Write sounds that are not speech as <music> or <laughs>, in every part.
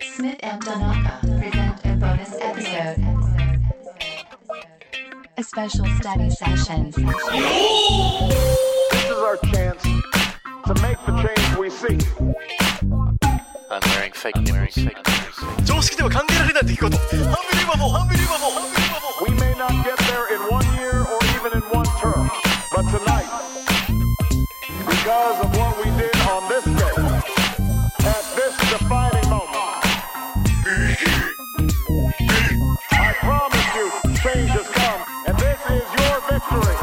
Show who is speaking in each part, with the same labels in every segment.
Speaker 1: Smith and Donaka present a bonus episode. A special study session.
Speaker 2: This is our chance to make the change we seek.
Speaker 3: I'm wearing fake nipples. fake
Speaker 4: 常識では考えられない出来事ハンビリーバボーハンビリーバボーハンビリーバボー
Speaker 2: We may not get there in one year or even in one term, but tonight, because of what we did on this day, at this defining moment, I promise you, change has come, and this is your victory.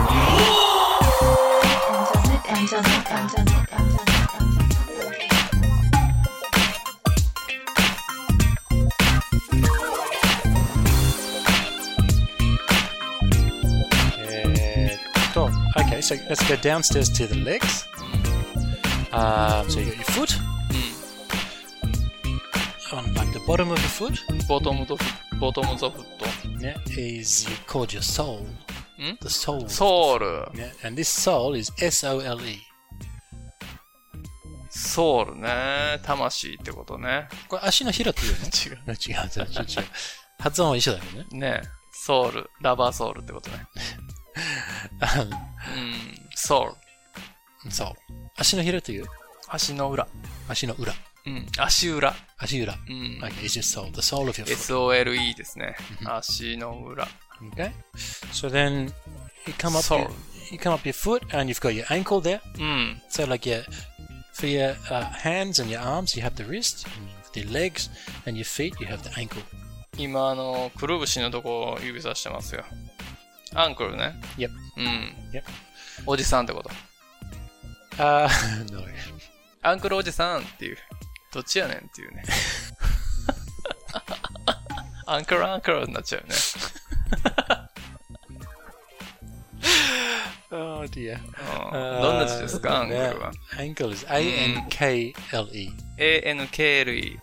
Speaker 1: Smith and Donaka.
Speaker 5: Oh, okay, so let's go downstairs to the legs. Um, so you got your foot
Speaker 3: Hmm.
Speaker 5: on like the bottom of your foot.
Speaker 3: Bottom of the bottom of the foot.
Speaker 5: Yeah, is you called your soul.
Speaker 3: Hmm?
Speaker 5: The soul.
Speaker 3: Soul.
Speaker 5: Yeah, and this soul is S O L E.
Speaker 3: ソウルね。魂ってことね。
Speaker 5: これ足のひらって言うよね。違う。違う。違う。違う。発音は一緒だけどね。
Speaker 3: ねえソウル。ラバーソウルってことね。
Speaker 5: <laughs>
Speaker 3: うん。ソウル。
Speaker 5: うんそう。足のひらという
Speaker 3: 足の裏。
Speaker 5: 足の裏。
Speaker 3: うん。足裏。
Speaker 5: 足裏。
Speaker 3: うん。
Speaker 5: Like, it's your soul, the soul of your foot.
Speaker 3: SOLE ですね。足の裏。
Speaker 5: Okay. So then you come up,
Speaker 3: Soul.
Speaker 5: your- you come up your foot, and you've got your ankle there.
Speaker 3: うん。
Speaker 5: So like your for your uh, hands and your arms, you have the wrist. And the legs and your feet, you have the ankle.
Speaker 3: 今、あの、くるぶしのとこを指さしてますよ。アンクルね。
Speaker 5: Yep.
Speaker 3: うん。
Speaker 5: Yep.
Speaker 3: おじさんってこと。
Speaker 5: Uh, <laughs> no.
Speaker 3: アンクルおじさんっていう。どっちやねんっていうね。 <laughs> アンクルアンクルになっちゃうよね。
Speaker 5: Oh dear. Uh,
Speaker 3: うんどんな字ですか、アンクルは。
Speaker 5: Ankle is A N K L E.
Speaker 3: ANK 類、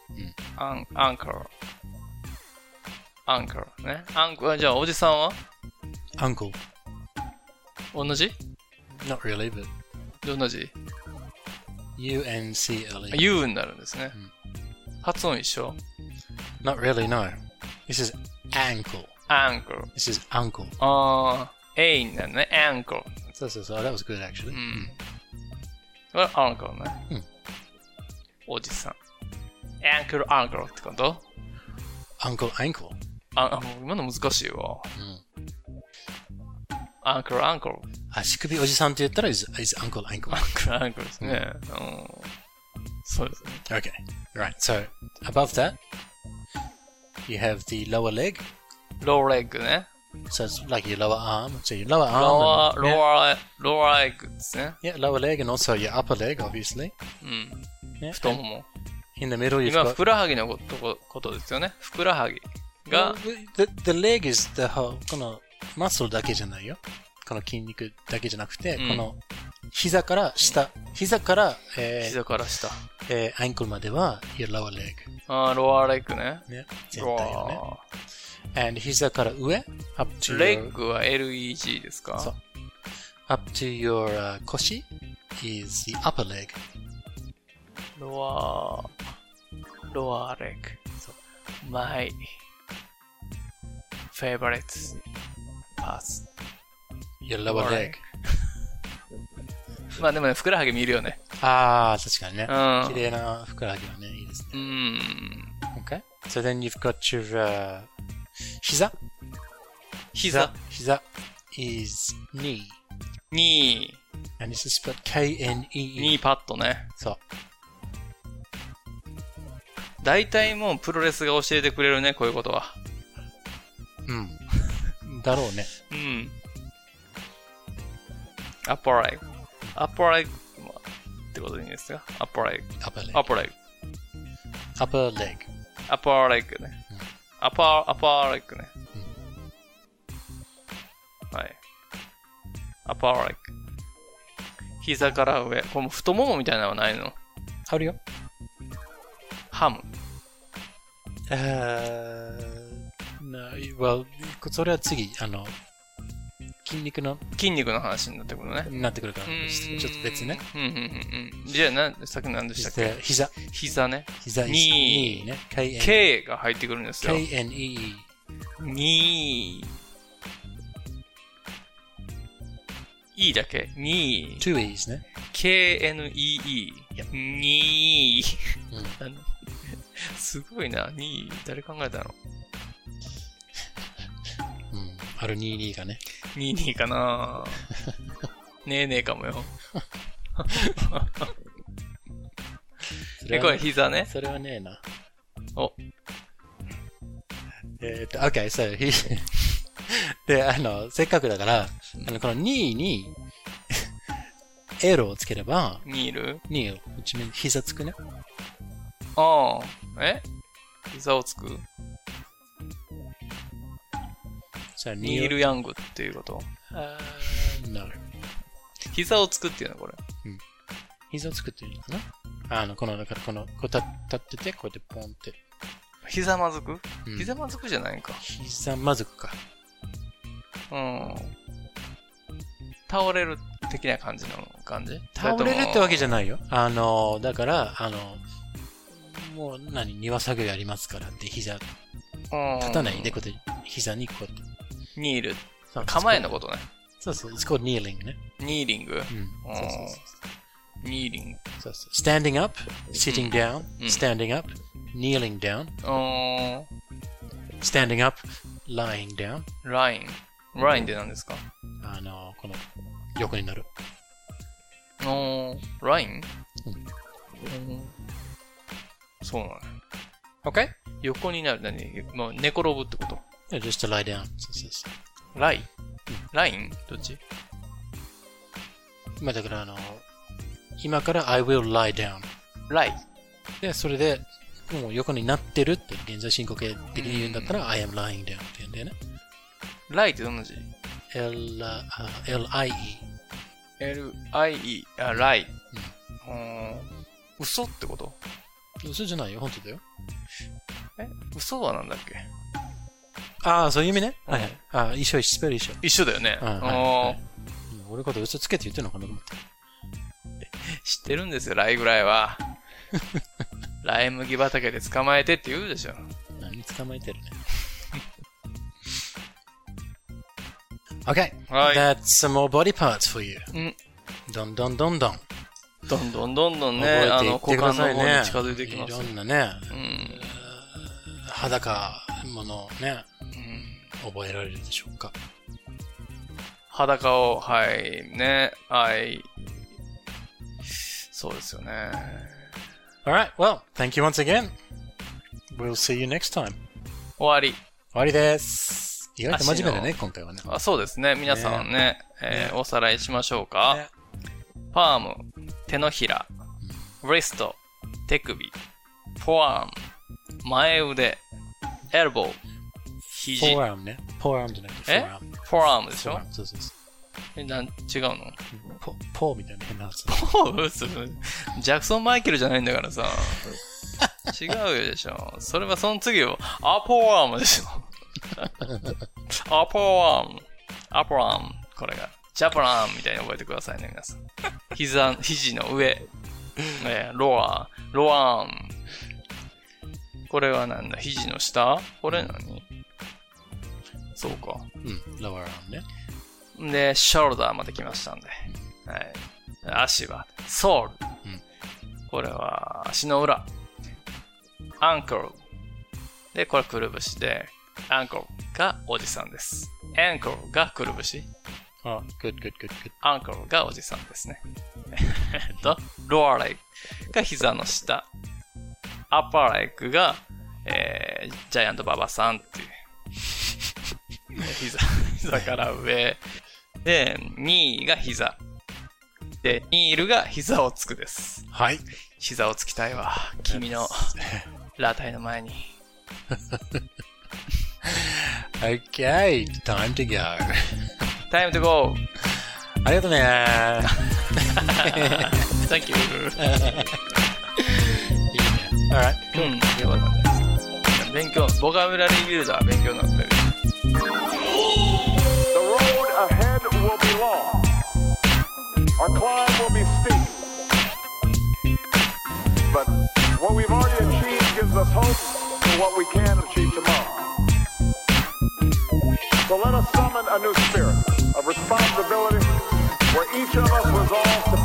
Speaker 3: アンアンクル。アンクルね。アンクル、あじゃあおじさんは
Speaker 5: Uncle.
Speaker 3: 同じ
Speaker 5: Not really, but
Speaker 3: どんな字
Speaker 5: U N C L E.
Speaker 3: ?U になるんですね。発音一緒
Speaker 5: Not really. No. This is ankle.
Speaker 3: アンクル。
Speaker 5: This is uncle.
Speaker 3: あー、A になるね。アンクル。
Speaker 5: So, so, so oh, that was good actually.
Speaker 3: うん。これアンクルね。
Speaker 5: うん
Speaker 3: おじさん。アンクルアンクルってこと
Speaker 5: Uncle ankle.
Speaker 3: あ、あもう今の難しいわ。アンクルアンクル。
Speaker 5: 足首おじさんって言ったら is, is uncle ankle.
Speaker 3: アンクルアンクルですね。うん。そうですね。
Speaker 5: Okay. Right. So above that, you have the lower leg.
Speaker 3: ローレッグね。
Speaker 5: So it's like your lower arm. So your
Speaker 3: ロ
Speaker 5: lower arm.
Speaker 3: ワ
Speaker 5: and-
Speaker 3: ロ
Speaker 5: yeah,
Speaker 3: ワロワレッグですね。
Speaker 5: yeah, lower leg and also your upper leg, obviously.
Speaker 3: うん。
Speaker 5: Yeah.
Speaker 3: 太も
Speaker 5: and
Speaker 3: も。
Speaker 5: In the middle, you've
Speaker 3: 今、ふ
Speaker 5: got
Speaker 3: くらはぎのことこことですよね。ふくらはぎが
Speaker 5: Well,、the, the leg is the whole この muscle だけじゃないよ。この筋肉だけじゃなくて、
Speaker 3: うん
Speaker 5: この膝から下、膝から、えー
Speaker 3: 膝から下。
Speaker 5: えー、アンクルまでは your lower leg。
Speaker 3: あーロワレッグね。
Speaker 5: ね、全体
Speaker 3: ロ
Speaker 5: をね。
Speaker 3: ワ
Speaker 5: and 膝から上 up to
Speaker 3: ー
Speaker 5: your,
Speaker 3: レッグは LEG ですか
Speaker 5: そう up to your、uh, 腰 is the upper leg.
Speaker 3: ロワー、ロワーレッグ。マイ、フェイバレット、パス。
Speaker 5: Your lower
Speaker 3: Lower leg.
Speaker 5: leg.
Speaker 3: まあでもね、ふくらはぎ見るよね。
Speaker 5: ああ、確かにね
Speaker 3: う。ん。
Speaker 5: 綺麗なふくらはぎはね、いいですね。
Speaker 3: うん
Speaker 5: Okay. So then you've got your、uh, 膝。
Speaker 3: 膝、
Speaker 5: 膝 is knee.
Speaker 3: に、
Speaker 5: And this is spelled K-N-E-E.
Speaker 3: にパッドね。
Speaker 5: そう。
Speaker 3: 大体もうプロレスが教えてくれるね、こういうことは。
Speaker 5: うん。 <laughs> だろうね。
Speaker 3: うん。アッパーレイグ。アッパーレイグってことでいいんですかアッパーレイグ。
Speaker 5: upper
Speaker 3: アッ
Speaker 5: leg.
Speaker 3: パーレイグ。
Speaker 5: upper leg.
Speaker 3: アッパーレイグね。アッパー、アッパーレイグね。はい。アッパーレイグ。膝から上。これもう太ももみたいなのはないの
Speaker 5: あるよ。
Speaker 3: ハム。
Speaker 5: えー、な、well、それは次、あの、筋肉の
Speaker 3: 筋肉の話になってくるのね。
Speaker 5: になってくるから、
Speaker 3: うーん
Speaker 5: ちょっと別ね。。
Speaker 3: うんうんうんうん。じゃあ、なんさっき何でしたっけ
Speaker 5: で膝、
Speaker 3: 膝ね。
Speaker 5: 膝、膝、
Speaker 3: に
Speaker 5: にね。KN
Speaker 3: K が入ってくるんですよ。
Speaker 5: KNE。
Speaker 3: に E だけに
Speaker 5: two E's ね。
Speaker 3: KNEE。
Speaker 5: Yep.
Speaker 3: に
Speaker 5: うん
Speaker 3: あのすごいな。に誰考えたの
Speaker 5: うん。ある22がね。
Speaker 3: ににか
Speaker 5: <laughs>
Speaker 3: なねえねえかもよ。
Speaker 5: そ
Speaker 3: え、
Speaker 5: は
Speaker 3: これ膝ね。
Speaker 5: それはねえな。
Speaker 3: お。
Speaker 5: えーっと、OK, so, he... <laughs> で、あの、せっかくだから、あの、この2に、エロをつければ、
Speaker 3: にいる
Speaker 5: 2を、ちみ膝つくね。
Speaker 3: ああ。え膝をつく
Speaker 5: じゃあ、
Speaker 3: ニール・ヤングっていうこと
Speaker 5: なる。
Speaker 3: 膝をつくっていうのこれ。
Speaker 5: 膝をつくっていうのかなあの、この、だからこの、こう立立ってて、こうやってポンって。
Speaker 3: ひざまずく
Speaker 5: うん
Speaker 3: ひざまずくじゃないんか。
Speaker 5: 膝まずくか。
Speaker 3: うん。倒れる的な感じの感じ
Speaker 5: 倒れるってわけじゃ
Speaker 3: ゃ
Speaker 5: ないよ。あの、だから、あの、もう何、庭作業やりますからって、膝、立たないで、。こうやって、膝にこうやって
Speaker 3: うんニール。
Speaker 5: そう。
Speaker 3: 構えのことね。
Speaker 5: そうそう、it's called kneeling ね。
Speaker 3: ニーリング。
Speaker 5: うん。
Speaker 3: うん
Speaker 5: そうそうそう
Speaker 3: ニーリング。
Speaker 5: そうそう。standing up, sitting down,
Speaker 3: うん
Speaker 5: standing up, kneeling down,
Speaker 3: うん。
Speaker 5: standing up, lying down.
Speaker 3: ライン。ラインって何ですか
Speaker 5: あの、この、横になる。
Speaker 3: うん。ライン
Speaker 5: うん
Speaker 3: うんそうなの。OK? 横になる。何もう寝転ぶってこと
Speaker 5: Yeah, just to lie down. そうそうそ
Speaker 3: ライラインどっち
Speaker 5: う。まあだから、あの、今から I will lie down.
Speaker 3: ライ。
Speaker 5: で、それで、もう横になってるって、現在進行形的に言うんだったら、I am lying down って言うんだよね。
Speaker 3: ライってどんな字
Speaker 5: L, あ L-I-E。
Speaker 3: ?L-I-E。あ、ライ。うーん。嘘ってこと
Speaker 5: 嘘じゃないよ、本当だよ。
Speaker 3: え嘘はなんだっけ
Speaker 5: ああ、そういう意味ね。
Speaker 3: うん
Speaker 5: はいはい。ああ、一緒一緒、スペル一緒。
Speaker 3: 一緒だよね。
Speaker 5: うんはい
Speaker 3: あ
Speaker 5: うん俺のこと嘘つけって言ってるのかなと思って。
Speaker 3: ー知ってるんですよ、ライぐらい <laughs> は。ライ麦畑で捕まえてって言うでしょ。
Speaker 5: 何捕まえてるね。okay.
Speaker 3: はい
Speaker 5: That's some more body parts for you.
Speaker 3: うん。
Speaker 5: どんどんどんどん。
Speaker 3: どんどんどんどん
Speaker 5: 覚
Speaker 3: ね、
Speaker 5: え
Speaker 3: あ
Speaker 5: てい
Speaker 3: の、
Speaker 5: っ
Speaker 3: 股
Speaker 5: てく
Speaker 3: 間
Speaker 5: だ
Speaker 3: の
Speaker 5: さい
Speaker 3: 方
Speaker 5: ね。
Speaker 3: に近づいてきます
Speaker 5: い。ろんなね、
Speaker 3: うん。
Speaker 5: 裸ものをね、
Speaker 3: うん
Speaker 5: 覚えられるでしょうか。
Speaker 3: 裸を、はい、ね、はい。そうですよね。
Speaker 5: Alright, well, thank you once again. We'll see you next time.
Speaker 3: 終わり。
Speaker 5: 終わりです。意外と真面目だね、今回はね。
Speaker 3: あそうですね。皆さんね、えーおさらいしましょうか。
Speaker 5: ね
Speaker 3: ファーム、手のひら、リスト、手首、フォアーム、前腕、エルボー、
Speaker 5: フ
Speaker 3: 肘、
Speaker 5: ォ
Speaker 3: フォ
Speaker 5: ーアームね。フォーアームじゃなくて、
Speaker 3: え
Speaker 5: フォーアーム。
Speaker 3: アームでし
Speaker 5: フォー
Speaker 3: ょ
Speaker 5: アームそうそうそ
Speaker 3: えなん違うの
Speaker 5: う。ポポーみたいな変なや
Speaker 3: <laughs>
Speaker 5: つ。
Speaker 3: ポーズジャクソン・マイケルじゃないんだからさ。違うでしょ。それはその次よ。アポーアームでしょ。アポーアーム。アポーアーム。これが。ジャパランみたいに覚えてくださいね、皆さん。膝、肘の上。えーロア、ロアーム。これはなんだ肘の下これ何そうか。
Speaker 5: うん、ローアームね。
Speaker 3: で、ショルダーまで来ましたんで。はい。足は、ソール。
Speaker 5: うん
Speaker 3: これは、足の裏。アンクル。で、これくるぶしで、アンクルがおじさんです。アンクルがくるぶし。
Speaker 5: あ、good, good, good, good.
Speaker 3: アンクルがおじさんですね。えっと、ロアレグが膝の下。アッパーレグが、えージャイアントババさんっていう。膝、膝から上。で、ニーが膝。で、ニールが膝をつくです。
Speaker 5: はい。
Speaker 3: 膝をつきたいわ。君のラタイの前に。
Speaker 5: okay, time to go.
Speaker 3: タイム to go!
Speaker 5: ありが
Speaker 3: <laughs>
Speaker 5: とうね。
Speaker 3: Thank you!
Speaker 5: いいね。Alright.
Speaker 3: うん、よかったです。勉強、ボカブラリービルダーは勉強になったよ。
Speaker 2: The road ahead long. Our climb will be steep. But what we've already achieved gives us hope for what we can achieve tomorrow. So let us summon a new spirit of responsibility where each of us resolves to